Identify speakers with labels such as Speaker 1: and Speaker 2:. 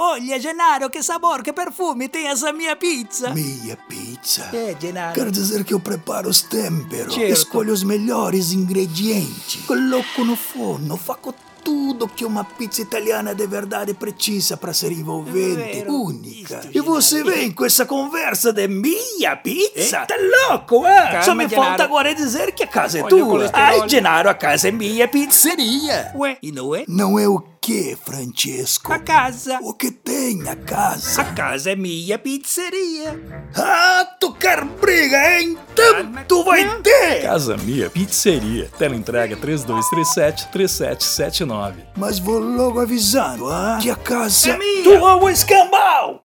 Speaker 1: Olha, Genaro, que sabor, que perfume tem essa minha pizza!
Speaker 2: Minha pizza.
Speaker 1: É, Genaro.
Speaker 2: Quer dizer que eu preparo os temperos,
Speaker 1: Certo.
Speaker 2: escolho os melhores ingredienti, coloco no forno, faccio tudo que uma pizza italiana de verdade precisa para ser envolvente,
Speaker 1: Vero.
Speaker 2: única.
Speaker 1: Isto,
Speaker 2: e você vem com essa conversa de minha pizza? Tá louco, eh? Só
Speaker 1: Calma,
Speaker 2: me
Speaker 1: Gennaro.
Speaker 2: falta agora dizer que a casa é
Speaker 1: Olha o
Speaker 2: tua.
Speaker 1: colesterol.
Speaker 2: Ai, Gennaro, a casa é minha pizzeria.
Speaker 1: Ué, e não é?
Speaker 2: Não é o que, Francesco?
Speaker 1: A casa.
Speaker 2: O que tem a casa?
Speaker 1: A casa é minha pizzeria.
Speaker 2: Ah, tu quer briga, hein?
Speaker 1: Calma.
Speaker 2: Então tu vai
Speaker 1: Não.
Speaker 2: ter!
Speaker 3: Casa Mia Pizzeria. Teleentrega 3237-3779.
Speaker 2: Mas vou logo avisando, ah, que a casa
Speaker 1: É minha.
Speaker 2: tua é um escambau!